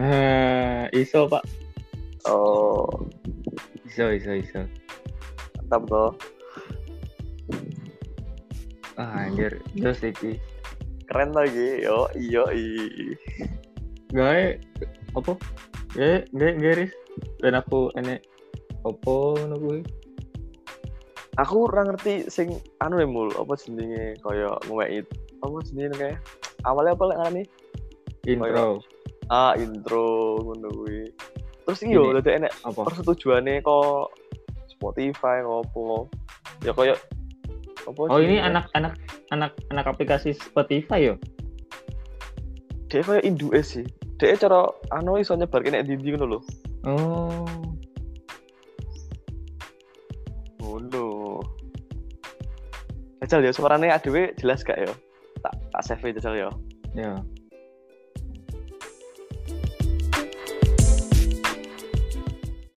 Ah, iso pak, Oh, iso iso iso. mantap kok. Ah anjir, terus iki Keren lagi. Yo, iyo, i. gawe apa? Gawe gawe garis dan aku enek opo ngono kuwi. Aku ora ngerti sing anu ya mul, apa jenenge kaya ngeweki apa jenenge kayak awalnya apa lek ngarani? Intro Ah, intro ngono kuwi. Terus iki yo Ini. dadi enek apa? persetujuannya kok Spotify ngopo. Ya kaya apa Oh ini jenenge? anak-anak anak anak aplikasi Spotify yo. dia kayak indue sih dia cara anu iso nyebar kena dindi ngono lho Oh. ngono Jajal ya suaranya adewe jelas gak ya tak tak save aja Jajal ya Ya.